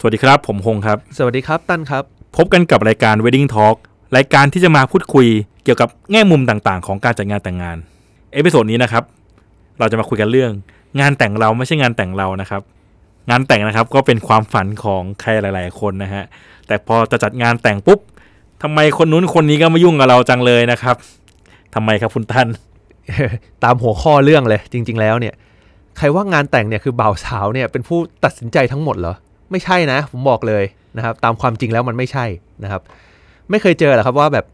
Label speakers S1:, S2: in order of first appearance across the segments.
S1: สวัสดีครับ ผมฮงครับ
S2: สวัสดีครับตั้นครับ
S1: พบกันกับรายการ Wedding Talk รายการที่จะมาพูดคุยเกี่ยวกับแง่มุมต่างๆ ของการจัดงานแต่งงาน เอพิโซดนี้นะครับ เราจะมาคุยกันเรื่อง งานแต่งเราไม่ใช่งานแต่งเรานะครับ งานแต่งนะครับก็เป็นความฝันของใครหลาย ๆ คนนะฮะแต่พอจะจัดงานแต่งปุ๊บทำไมคนนู้นคนนี้ก็มายุ่งกับเราจังเลยนะครับทำไมครับคุณท่าน
S2: ตามหัวข้อเรื่องเลยจริง ๆ แล้วเนี่ย ใครว่างานแต่งเนี่ยคือบ่าวสาวเนี่ยเป็นผู้ตัดสินใจทั้งหมดเหรอ ไม่ใช่นะ ผมบอกเลยนะครับ ตามความจริงแล้วมันไม่ใช่นะครับ ไม่เคยเจอหรอครับว่าแบบ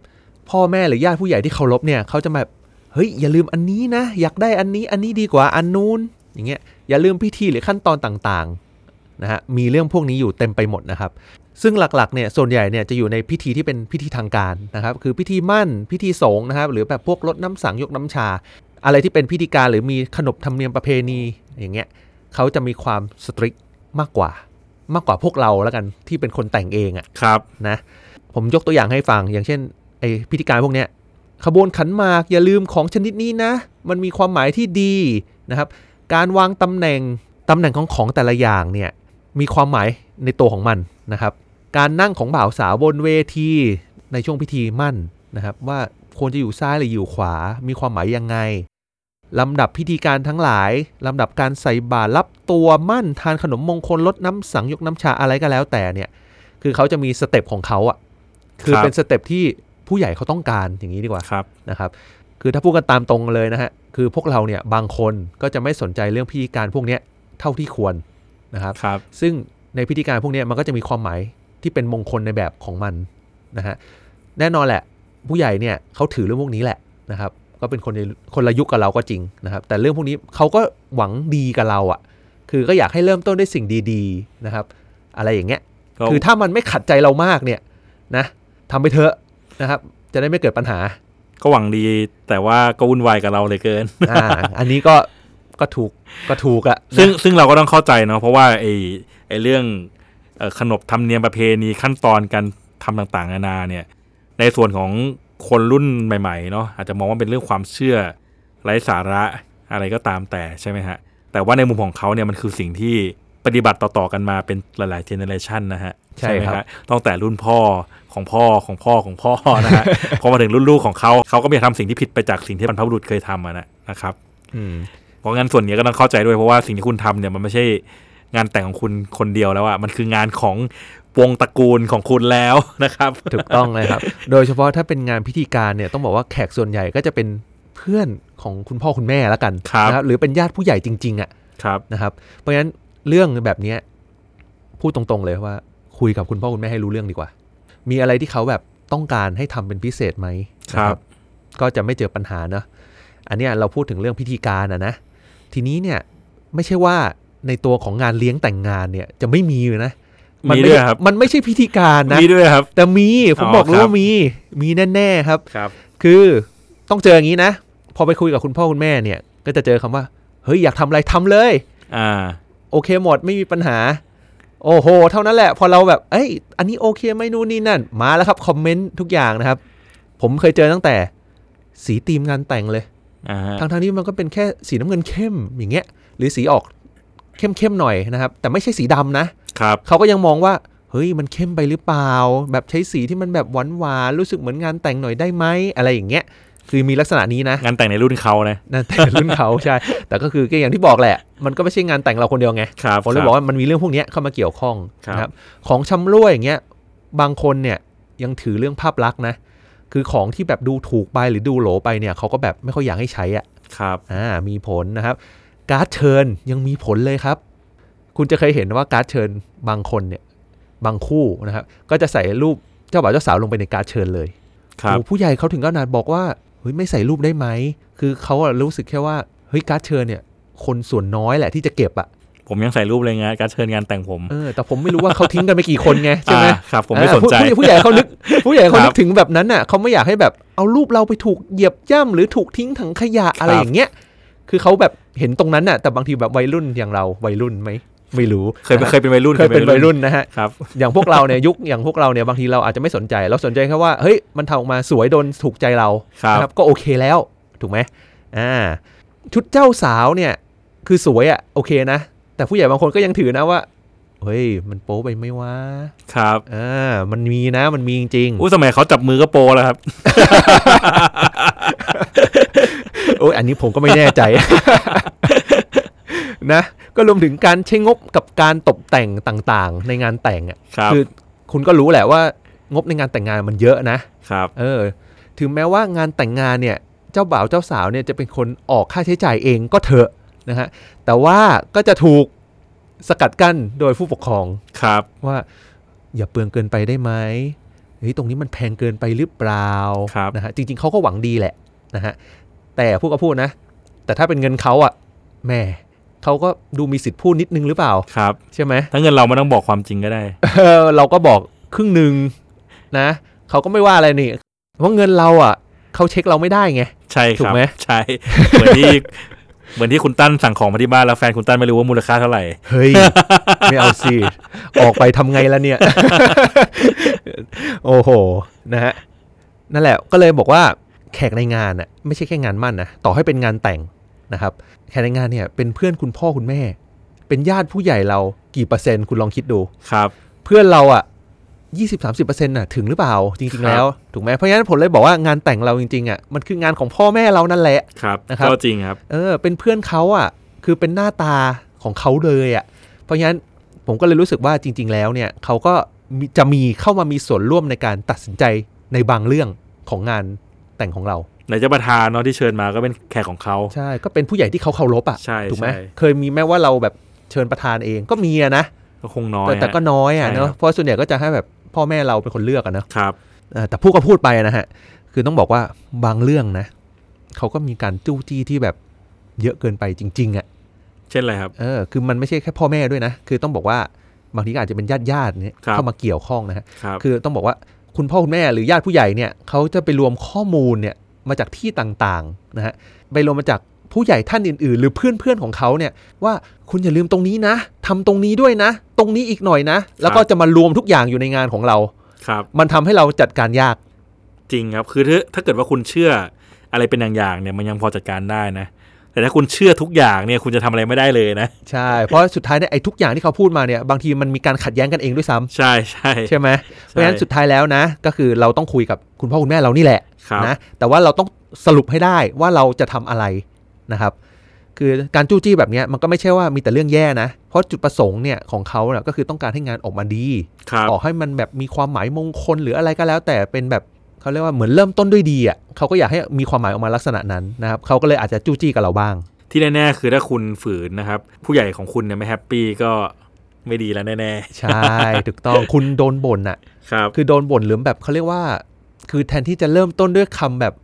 S2: พ่อแม่หรือญาติผู้ใหญ่ที่เคารพเนี่ยเขาจะมาแบบเฮ้ยอย่าลืมอันนี้นะ อยากได้อันนี้อันนี้ดีกว่าอันนู้นอย่างเงี้ยอย่าลืมพิธีหรือขั้นตอนต่างๆนะฮะมีเรื่องพวกนี้อยู่เต็มไปหมดนะครับ ซึ่งหลักๆเนี่ยส่วนใหญ่เนี่ยจะอยู่ในพิธีที่เป็นพิธีทางการนะครับ คือพิธีมั่นพิธีสงฆ์นะครับ หรือแบบพวกรดน้ำสังยกน้ำชา อะไรที่เป็นพิธีการหรือมีขนบธรรมเนียมประเพณีอย่างเงี้ยเขาจะมีความสตริกมากกว่ามากกว่าพวกเราแล้วกันที่เป็นคนแต่งเองอะ
S1: ครับ
S2: นะผมยกตัวอย่างให้ฟังอย่างเช่นไอพิธีการพวกเนี้ยขบวนขันหมากอย่าลืมของชนิดนี้นะ มันมีความหมายที่ดีนะครับ การวางตำแหน่งตำแหน่งของของแต่ละอย่างเนี่ยมีความหมายในตัวของมันนะครับ การนั่งของบ่าวสาวบนเวทีในช่วงพิธีมั่นนะครับ ว่าควรจะอยู่ซ้ายหรืออยู่ขวา มีความหมายยังไงลำดับพิธีการทั้งหลายลำดับการใส่บาตรรับตัวมั่นทานขนมมงคลลดน้ำสังยกน้ำชาอะไรก็แล้วแต่เนี่ย คือเขาจะมีสเต็ปของเขาอะ่ะ คือ
S1: ครับ
S2: เป็นสเต็ปที่ผู้ใหญ่เขาต้องการอย่างนี้ดีกว่า
S1: ครับ
S2: นะครับ คือถ้าพูดกันตามตรงเลยนะฮะ คือพวกเราเนี่ยบางคนก็จะไม่สนใจเรื่องพิธีการพวกเนี้ยเท่าที่ควรนะครับ
S1: ครับ
S2: ซึ่งในพิธีการพวกเนี้ยมันก็จะมีความหมายที่เป็นมงคลในแบบของมันนะฮะ แน่นอนแหละ ผู้ใหญ่เนี่ยเขาถือเรื่องพวกนี้แหละนะครับ ก็เป็นคนในคนละยุคกับเราก็จริงนะครับ แต่เรื่องพวกนี้เขาก็หวังดีกับเราอะ่ะ คือก็อยากให้เริ่มต้นด้วยสิ่งดีๆนะครับ อะไรอย่างเงี้ย
S1: ก็
S2: คือถ้ามันไม่ขัดใจเรามากเนี่ยนะทำไปเถอะนะครับ จะได้ไม่เกิดปัญหา
S1: ก็หวังดีแต่ว่าก็วุ่นวายกับเราเหลยเกิน
S2: อ่า อันนี้ก็ก็ถูกก็ถูกอะ
S1: ซึ่งซึ่งเราก็ต้องเข้าใจเนาะเพราะว่าไอ้ไอ้เรื่องเอ่อขนบธรรมเนียมประเพณีขั้นตอนการทำต่างๆนานาเนี่ย ในส่วนของคนรุ่นใหม่ๆเนาะอาจจะมองว่าเป็นเรื่องความเชื่อไร้สาระอะไรก็ตามแต่ใช่ไหมฮะ แต่ว่าในมุมของเขาเนี่ยมันคือสิ่งที่ปฏิบัติต่อๆกันมาเป็นหลายๆเจเนอเรชันนะฮะไหมฮะตั้งแต่รุ่นพ่อของพ่อของพ่อของพ่อนะ ฮะ พอมาถึงรุ่นลูกของเขาเขาก็ไม่ทำสิ่งที่ผิดไปจากสิ่งที่บรรพบุรุษเคยทำอะนะนะครับ
S2: อืม
S1: เพราะงั้นส่วนนี้ก็ต้องเข้าใจด้วยเพราะว่าสิ่งที่คุณทำเนี่ยมันไม่ใช่งานแต่งของคุณคนเดียวแล้วอะมันคืองานของวงตระกูลของคุณแล้ว นะครับ
S2: ถูกต้องเลยครับ โดยเฉพาะถ้าเป็นงานพิธีการเนี่ยต้องบอกว่าแขกส่วนใหญ่ก็จะเป็นเพื่อนของคุณพ่อคุณแม่แล้วกัน
S1: ครับ
S2: นะหรือเป็นญาติผู้ใหญ่จริงๆอะ่ะ
S1: ครับ
S2: นะครับ เพราะฉะนั้นเรื่องแบบเนี้ยพูดตรงๆเลยว่า คุยกับคุณพ่อคุณแม่ให้รู้เรื่องดีกว่า มีอะไรที่เขาแบบต้องการให้ทำเป็นพิเศษไหมนะก็จะไม่เจอปัญหาเนอะอันเนี้ยเราพูดถึงเรื่องพิธีการอะนะทีนี้เนี่ยไม่ใช่ว่าในตัวของงานเลี้ยงแต่งงานเนี่ยจะไม่มีเลยนะ
S1: มี
S2: ไ
S1: ด้วยครับ
S2: มันไม่ใช่พิธีการนะ
S1: มีด้วยครับ
S2: แต่มีผม
S1: อ๋อ
S2: บอกเล
S1: ค
S2: ย
S1: รับ
S2: ว่ามีมีแน่ๆครับ
S1: ครับ
S2: คือต้องเจออย่างนี้นะ พอไปคุยกับคุณพ่อคุณแม่เนี่ย ก็จะเจอคำว่า เฮ้ยอยากทำอะไรทำเลย
S1: อ่า
S2: โอเคหมดไม่มีปัญหา โอ้โห เท่านั้นแหละ พอเราแบบเอ้ย อันนี้โอเคไหม่นู่นนี่นั่น มาแล้วครับคอมเมนต์ทุกอย่างนะครับ ผมเคยเจอตั้งแต่สีธีมงานแต่งเลย
S1: อ่าฮะ
S2: ทั้งๆที่มันก็เป็นแค่สีน้ำเงินเข้มอย่างเงี้ย หรือสีออกเข้มๆหน่อยนะครับ แต่ไม่ใช่สีดำนะ
S1: ครับ
S2: เขาก็ยังมองว่า เฮ้ยมันเข้มไปหรือเปล่า แบบใช้สีที่มันแบบหวานหวานๆรู้สึกเหมือนงานแต่งหน่อยได้ไหมอะไรอย่างเงี้ย คือมีลักษณะนี้นะ
S1: งานแต่งในรุ่นเขานะ
S2: นั่นแต่ รุ่นเขาใช่ แต่ก็คือก็อย่างที่บอกแหละ มันก็ไม่ใช่งานแต่งเราคนเดียวไง
S1: ครับ
S2: ผมเลย
S1: ค
S2: บ
S1: รั
S2: อกว่ามันมีเรื่องพวกเนี้ยเข้ามาเกี่ยวข้อง
S1: ครับ
S2: นะครับ ของชำร่วยอย่างเงี้ยบางคนเนี่ยยังถือเรื่องภาพลักษณ์นะ คือของที่แบบดูถูกไปหรือดูโหลไปเนี่ยเขาก็แบบไม่ค่อยอยากให้ใช้อ่ะ
S1: ครับ
S2: อ่ามีผลนะครับ การ์ดเชิญยังมีผลเลยครับ คุณจะเคยเห็นว่าการ์ดเชิญบางคนเนี่ยบางคู่นะครับ ก็จะใส่รูปเจ้าบ่าวเจ้าสาวลงไปในการ์ดเชิญเลย
S1: ครับ
S2: โอ้ผู้ใหญ่เขาถึงก็นาดบอกว่าเฮ้ยไม่ใส่รูปได้ไหม คือเขาอะรู้สึกแค่ว่าเฮ้ยการ์ดเชิญเนี่ย คนส่วนน้อยแหละที่จะเก็บอะ
S1: ผมยังใส่รูปเลยงานการดเชิญงานแต่งผม
S2: เออแต่ผมไม่รู้ว่าเขาทิ้งกันไปกี่คนไงใช่ไหม
S1: อ่าครับ ผมไม่
S2: อ่า
S1: สนใจ
S2: ผู้ผู้ผู้ใหญ่เขานึก ผู้ใหญ่
S1: ค
S2: เขานึ
S1: รั
S2: ก
S1: บ
S2: ถึงแบบนั้นน่ะเขาไม่อยากให้แบบเอารูปเราไปถูกเหยียบย่ำหรือถูกทิ้งถังขยะอะไรอย่างเงี้ย คือเขาแบบเห็นตรงนั้นน่ะ แต่บางทีแบบวัยรุ่นอย่างเราวัยรุ่นไหมไม่รู้
S1: เคยเป็นเคยเป็นวัยรุ่น
S2: เคยเป็นวัยรุ่นนะฮะ
S1: ครับ
S2: อย่างพวกเราเนี่ยยุคอย่างพวกเราเนี่ยบางทีเราอาจจะไม่สนใจ เราสนใจแค่ว่าเฮ้ยมันทำออกมาสวยโดนถูกใจเรา
S1: ครับ
S2: นะครับก็โอเคแล้วถูกไหมอ่าชุดเจ้าสาวเนี่ยคือสวยอะ่ะโอเคนะ แต่ผู้ใหญ่บางคนก็ยังถือนะว่า เฮ้ย มันโป๊ไปไหม่ว่า
S1: ครับ
S2: อ่ามันมีนะมันมีจริงๆ
S1: อู้สมัยเขาจับมือก็โปรแล้วครับ
S2: โอ้ยอันนี้ผมก็ไม่แน่ใจ นะ ก็รวมถึงการใช้งบกับการตกแต่งต่างๆ ในงานแต่งอ่ะ
S1: ครับ
S2: คือคุณก็รู้แหละว่า งบในงานแต่งงานมันเยอะนะ
S1: ครับ
S2: เออ ถึงแม้ว่างานแต่งงานเนี่ย เจ้าบ่าวเจ้าสาวเนี่ยจะเป็นคนออกค่าใช้จ่ายเองก็เถอะนะฮะ แต่ว่าก็จะถูกสกัดกั้นโดยผู้ปกครอง
S1: ครับ
S2: ว่า อย่าเปลืองเกินไปได้ไหมเฮ้ยตรงนี้มันแพงเกินไปหรือเปล่า
S1: ครับ
S2: นะฮะจริงๆเขาก็หวังดีแหละนะฮะแต่พูดก็พูดนะ แต่ถ้าเป็นเงินเขาอะแหม่เขาก็ดูมีสิทธิ์พูดนิดนึงหรือเปล่า
S1: ครับ
S2: ใช่ไหม
S1: ถ้าเงินเราไม่ต้องบอกความจริงก็ได้
S2: เออ เราก็บอกครึ่งหนึ่งนะเขาก็ไม่ว่าอะไรนี่เพราะเงินเราอ่ะเขาเช็คเราไม่ได้ไง
S1: ใช่ค
S2: ถู
S1: รับ
S2: กไหม
S1: ใช่ เหมือนที่ เหมือนที่คุณตั้นสั่งของมาที่บ้านแล้วแฟนคุณตั้นไม่รู้ว่ามูลค่าเท่าไหร่
S2: เฮ้ย ไม่เอาสิออกไปทำไงล่ะเนี่ย โอ้โหนะฮะนั่นแหละก็เลยบอกว่าแขกในงานอ่ะไม่ใช่แค่งานมั่นนะต่อให้เป็นงานแต่งนะครับ แขกในงานเนี่ยเป็นเพื่อนคุณพ่อคุณแม่ เป็นญาติผู้ใหญ่เรากี่เปอร์เซ็นต์คุณลองคิดดู
S1: ครับ
S2: เพื่อนเราอ่ะยี่สิบสามสิบเปอร์เซ็นต์น่ะถึงหรือเปล่า จริง ๆ แล้ว ถูกไหมเพราะงั้นผมเลยบอกว่างานแต่งเราจริงๆอ่ะมันคืองานของพ่อแม่เรานั่นแหละ
S1: ครับ
S2: นะครับ
S1: ก็จริงครับ
S2: เออเป็นเพื่อนเขาอ่ะ คือเป็นหน้าตาของเขาเลยอ่ะ เพราะงั้นผมก็เลยรู้สึกว่าจริง ๆ แล้วเนี่ยเขาก็มีจะมีเข้ามามีส่วนร่วมในการตัดสินใจในบางเรื่องของงานแต่งของเรา
S1: ไหนจะประธานเนาะที่เชิญมาก็เป็นแขกของเขา
S2: ใช่ก็เป็นผู้ใหญ่ที่เขาเคารพอ่ะ
S1: ใช่
S2: ถูกไหม
S1: ใช่
S2: เคยมีแม้ว่าเราแบบเชิญประธานเองก็มีอะนะ
S1: ก็คงน้อย
S2: แต่แต่ก็
S1: ฮะ
S2: น้อยอ่ะ
S1: ใช่
S2: เนาะ
S1: ครับ
S2: เพราะส่วนใหญ่ก็จะให้แบบพ่อแม่เราเป็นคนเลือกอะเนอะ
S1: ครับ
S2: เอ่อแต่พูดก็พูดไปนะฮะ คือต้องบอกว่าบางเรื่องนะ เขาก็มีการจู้จี้ที่แบบเยอะเกินไปจริง ๆอะ่ะ
S1: เช่นอะไรครับ
S2: เออ คือมันไม่ใช่แค่พ่อแม่ด้วยนะ คือต้องบอกว่าบางทีก็อาจจะเป็นญาติญาติๆเนี่ย
S1: ครับ
S2: เข้ามาเกี่ยวข้องนะฮะ
S1: ครับ
S2: คือต้องบอกว่าคุณพ่อคุณแม่หรือญาติผู้ใหญ่เนี่ยเขาจะไปรวมข้อมูลเนี่ยมาจากที่ต่างๆนะฮะไปรวมมาจากผู้ใหญ่ท่านอื่น ๆ หรือเพื่อนๆของเขาเนี่ยว่าคุณอย่าลืมตรงนี้นะทำตรงนี้ด้วยนะ ตรงนี้อีกหน่อยนะ แล้วก็
S1: ครับ
S2: จะมารวมทุกอย่างอยู่ในงานของเรา
S1: ครับ
S2: มันทำให้เราจัดการยาก
S1: จริงครับ คือถ้าถ้าเกิดว่าคุณเชื่ออะไรเป็นอย่างๆเนี่ยมันยังพอจัดการได้นะ แต่ถ้าคุณเชื่อทุกอย่างเนี่ยคุณจะทำอะไรไม่ได้เลยนะ
S2: ใช่ เพราะสุดท้ายเนี่ยไอ้ทุกอย่างที่เขาพูดมาเนี่ยบางทีมันมีการขัดแย้งกันเองด้วยซ้ำ
S1: ใช่ใช่
S2: ใช่ไหมเพราะฉะนั้นสุดท้ายแล้วนะ ก็คือเราต้องคุยกับคุณพ่อคุณแม่เรานี่แหละ
S1: ครับ
S2: นะแต่ว่าเราต้องสรุปให้ได้ว่าเราจะทำอะไรนะครับ คือการจู้จี้แบบเนี้ยมันก็ไม่ใช่ว่ามีแต่เรื่องแย่นะ เพราะจุดประสงค์เนี่ยของเขาเนี่ยก็คือต้องการให้งานออกมาดี
S1: ครับ
S2: ออกให้มันแบบมีความหมายมงคลหรืออะไรก็แล้ว แต่เป็นแบบเขาเรียกว่าเหมือนเริ่มต้นด้วยดีอ่ะเขาก็อยากให้มีความหมายออกมาลักษณะนั้นนะครับเขาก็เลยอาจจะจู้จี้กับเราบ้าง
S1: ที่แน่ๆคือถ้าคุณฝืนนะครับ ผู้ใหญ่ของคุณเนี่ยไม่แฮปปี้ก็ไม่ดีแล้วแน่
S2: ใช่ถูกต้องคุณโดนบ่นอ่ะ
S1: ๆครับ
S2: คือโดนบ่นหรือแบบเขาเรียกว่า คือแทนที่จะเริ่มต้นด้วยคำแบบ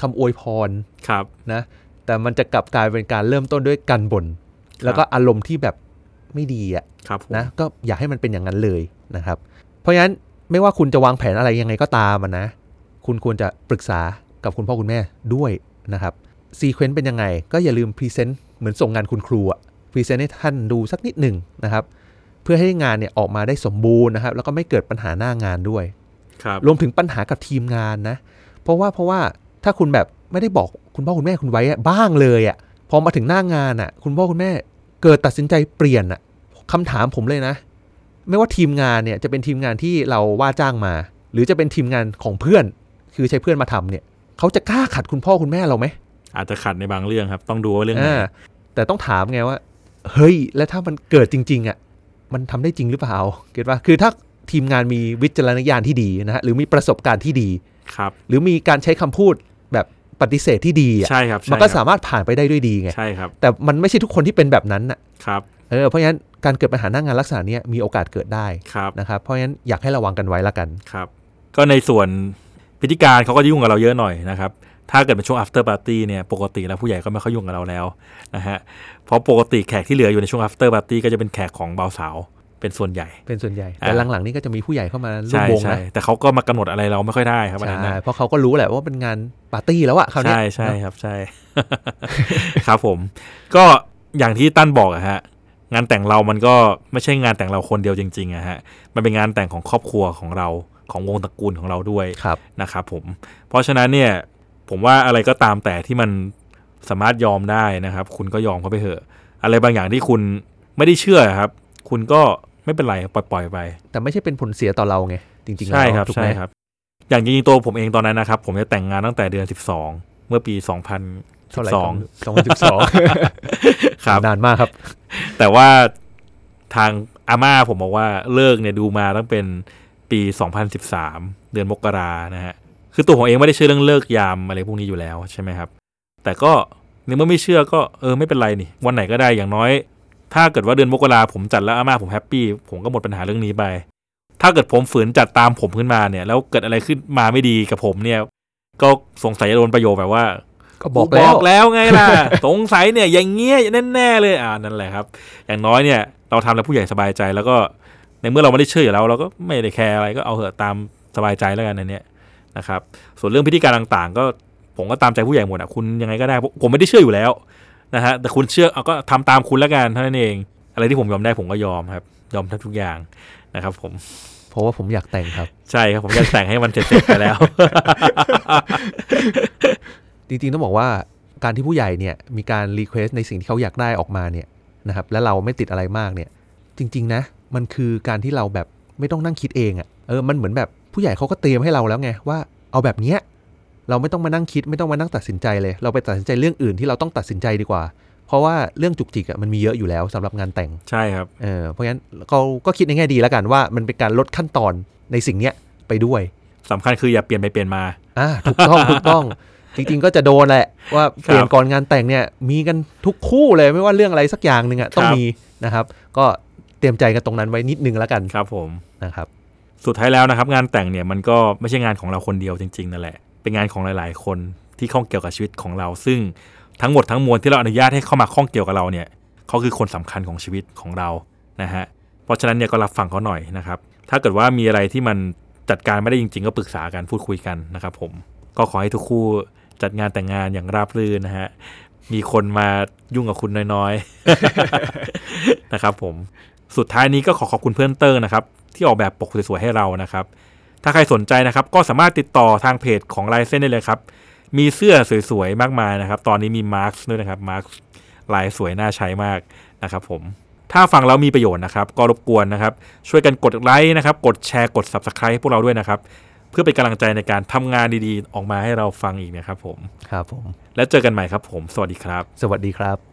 S2: คำอวยพร
S1: ครับ
S2: นะ แต่มันจะกลับกลายเป็นการเริ่มต้นด้วยการบ่น
S1: บ
S2: แล้วก็อารมณ์ที่แบบไม่ดีอะ
S1: ครับผม
S2: นะก็อย่าให้มันเป็นอย่างนั้นเลยนะครับ เพราะฉะนั้นไม่ว่าคุณจะวางแผนอะไรยังไงก็ตามอะนะ คุณควรจะปรึกษากับคุณพ่อคุณแม่ด้วยนะครับซีเควนต์เป็นยังไง ก็อย่าลืมพรีเซนต์เหมือนส่งงานคุณครูอะพรีเซนต์ให้ท่านดูสักนิดหนึ่งนะครับ เพื่อให้งานเนี่ยออกมาได้สมบูรณ์นะครับ แล้วก็ไม่เกิดปัญหาหน้างานด้วย
S1: ครับ
S2: รวมถึงปัญหากับทีมงานนะ เพราะว่าเพราะว่าถ้าคุณแบบไม่ได้บอกคุณพ่อคุณแม่คุณไว้อะบ้างเลยอะพอมาถึงหน้างานอะคุณพ่อคุณแม่เกิดตัดสินใจเปลี่ยนอะคำถามผมเลยนะ ไม่ว่าทีมงานเนี่ยจะเป็นทีมงานที่เราว่าจ้างมา หรือจะเป็นทีมงานของเพื่อน คือใช้เพื่อนมาทำเนี่ยเขาจะกล้าขัดคุณพ่อคุณแม่เราไหม
S1: อาจจะขัดในบางเรื่องครับ ต้องดูว่าเรื่องไหน
S2: อ่าแต่ต้องถามไงว่า เฮ้ย แล้วถ้ามันเกิดจริง ๆอะมันทำได้จริงหรือเปล่าเก็ตว่าคือถ้าทีมงานมีวิจารณญาณที่ดีนะฮะหรือมีประสบการณ์ที่ดี
S1: ครับ
S2: หรือมีการใช้คำพูดแบบปฏิเสธที่ดีอ่ะ
S1: ใช่ครับใช่
S2: มันก็
S1: ครับ
S2: สามารถผ่านไปได้ด้วยดีไง
S1: ใช่ครับ
S2: แต่มันไม่ใช่ทุกคนที่เป็นแบบนั้นน่ะ
S1: ครับ
S2: เออเพราะฉะนั้นการเกิดปัญหาหน้างานลักษณะเนี้ยมีโอกาสเกิดได้
S1: ครับ
S2: นะครับเพราะฉะนั้นอยากให้ระวังกันไว้ละกัน
S1: ครับ ก็ในส่วนพิธีการเขาก็ยุ่งกับเราเยอะหน่อยนะครับ ถ้าเกิดเป็นช่วง after party เนี่ยปกติแล้วผู้ใหญ่ก็ไม่ค่อยยุ่งกับเราแล้วนะฮะเพราะปกติแขกที่เหลืออยู่ในช่วง after party ก็จะเป็นแขกของบ่าวสาวเป็นส่วนใหญ่
S2: เป็นส่วนใหญ่
S1: อ่า
S2: แต่หลังๆนี่ก็จะมีผู้ใหญ่เข้ามาร่ว
S1: ใช่
S2: มวง
S1: ใช่
S2: นะ
S1: แต่เขาก็มากำหนดอะไรเราไม่ค่อยได้ครับอันนั้น
S2: ใช่
S1: นะ
S2: เพราะเขาก็รู้แหละว่าเป็นงานปาร์ตี้แล้วอะคราวเนี้ย
S1: ใช่ใช่ครับใช่ ครับผม ก็อย่างที่ตั้นบอกอะฮะงานแต่งเรามันก็ไม่ใช่งานแต่งเราคนเดียวจริงๆอะฮะมันเป็นงานแต่งของครอบครัวของเราของวงตระกูลของเราด้วย
S2: ครับ
S1: นะครับผม เพราะฉะนั้นเนี่ยผมว่าอะไรก็ตามแต่ที่มันสามารถยอมได้นะครับ คุณก็ยอมเขาไปเถอะ อะไรบางอย่างที่คุณไม่ได้เชื่อครับ คุณก็ ไม่เป็นไรปล่อยปล่อยๆไป
S2: แต่ไม่ใช่เป็นผลเสียต่อเราไงจริงๆแล้ว
S1: ใช่ครับ
S2: ถูกไห
S1: ใช่
S2: ม
S1: ครับ อย่างจริงๆตัวผมเองตอนนั้นนะครับ ผมจะแต่งงานตั้งแต่เดือน 12 เมื่อปี
S2: เท่าไหร่
S1: สอง
S2: สองพันสิบสอง
S1: 2012 ครับ
S2: นานมากครับ
S1: แต่ว่าทางอาม่าผมบอกว่าเลิกเนี่ยดูมาตั้งเป็นปี 2013 เดือนมกรานะฮะ คือตัวผมเองไม่ได้เชื่อเรื่องเลิกยามอะไรพวกนี้อยู่แล้วใช่ไหมครับ แต่ก็ในเมื่อไม่เชื่อก็เออไม่เป็นไรนี่ วันไหนก็ได้อย่างน้อย ถ้าเกิดว่าเดือนมกราผมจัดแล้วอาม่าผมแฮปปี้ผมก็หมดปัญหาเรื่องนี้ไป ถ้าเกิดผมฝืนจัดตามผมขึ้นมาเนี่ย แล้วเกิดอะไรขึ้นมาไม่ดีกับผมเนี่ย ก็สงสัยจะโดนประโยคแบบว่า
S2: ก็บอกแล้ว
S1: ไง ล่ะ สงสัยเนี่ยอย่างเงี้ยแน่ๆเลยอ่านั่นแหละครับ อย่างน้อยเนี่ยเราทำแล้วผู้ใหญ่สบายใจแล้วก็ในเมื่อเราไม่ได้เชื่ออยู่แล้ว เราก็ไม่ได้แคร์อะไรก็เอาเถอะตามสบายใจแล้วกันในเนี้ยนะครับ ส่วนเรื่องพิธีการต่างๆ ก็ผมก็ตามใจผู้ใหญ่หมดอ่ะคุณยังไงก็ได้ผมผมไม่ได้เชื่ออยู่แล้วนะฮะแต่คุณเชื่อเอาก็ทำตามคุณแล้วกันเท่านั้นเอง อะไรที่ผมยอมได้ผมก็ยอมครับ ยอมแทบทุกอย่างนะครับผม
S2: เพราะว่าผมอยากแต่งครับ
S1: ใช่ครับผมจะแต่งให้มันเสร็จๆไปแล้ว
S2: จริงๆต้องบอกว่าการที่ผู้ใหญ่เนี่ยมีการรีเควสในสิ่งที่เขาอยากได้ออกมาเนี่ยนะครับและเราไม่ติดอะไรมากเนี่ยจริง ๆ นะ มันคือการที่เราแบบไม่ต้องนั่งคิดเองอะ่ะเออมันเหมือนแบบผู้ใหญ่เขาก็เตรียมให้เราแล้วไงว่าเอาแบบเนี้ยเราไม่ต้องมานั่งคิดไม่ต้องมานั่งตัดสินใจเลย เราไปตัดสินใจเรื่องอื่นที่เราต้องตัดสินใจดีกว่า เพราะว่าเรื่องจุกจิกอะมันมีเยอะอยู่แล้วสำหรับงานแต่ง
S1: ใช่ครับ
S2: เออเพราะงั้นเราก็คิดในแง่ดีแล้วกันว่ามันเป็นการลดขั้นตอนในสิ่งเนี้ยไปด้วย
S1: สำคัญคืออย่าเปลี่ยนไปเปลี่ยนมา
S2: อ่าถูกต้อง ถูกต้อง จริงๆก็จะโดนแหละว่าเปลี่ยนก่อนงานแต่งเนี่ยมีกันทุกคู่เลยไม่ว่าเรื่องอะไรสักอย่างหนึ่งอะต้องมีนะครับ ก็เตรียมใจกันตรงนั้นไว้นิดนึงแล้วกัน
S1: ครับผม
S2: นะครับ
S1: สุดท้ายแล้วนะครับ งานแต่งเนี่ยมันก็ไม่ใช่งานของเราคนเดียวจริงๆนั่นแหละ เป็นงานของหลายๆ คนที่ข้องเกี่ยวกับชีวิตของเรา ซึ่งทั้งหมดทั้งมวลที่เราอนุญาตให้เข้ามาข้องเกี่ยวกับเราเนี่ยเขาคือคนสำคัญของชีวิตของเรานะฮะเพราะฉะนั้นเนี่ยก็รับฟังเขาหน่อยนะครับ ถ้าเกิดว่ามีอะไรที่มันจัดการไม่ได้จริง ๆ ก็ปรึกษากันพูดคุยกันนะครับผมก็ขอให้ทุกคู่จัดงานแต่งงานอย่างราบรื่นนะฮะมีคนมายุ่งกับคุณน้อยๆ นะครับผม สุดท้ายนี้ก็ขอขอบคุณเพื่อนเตอร์นะครับ ที่ออกแบบปกสวยๆให้เรานะครับ ถ้าใครสนใจนะครับ ก็สามารถติดต่อทางเพจของลายเส้นได้เลยครับ มีเสื้อสวยๆมากมายนะครับ ตอนนี้มีมาร์คด้วยนะครับมาร์คลายสวยน่าใช้มากนะครับผม ถ้าฟังแล้วมีประโยชน์นะครับ ก็รบกวนนะครับ ช่วยกันกดไลค์นะครับ กดแชร์กด Subscribe ให้พวกเราด้วยนะครับ เพื่อเป็นกำลังใจในการทำงานดีๆ ออกมาให้เราฟังอีกนะครับผม
S2: ครับผม
S1: และเจอกันใหม่ครับผม สวัสดีครับ
S2: สวัสดีครับ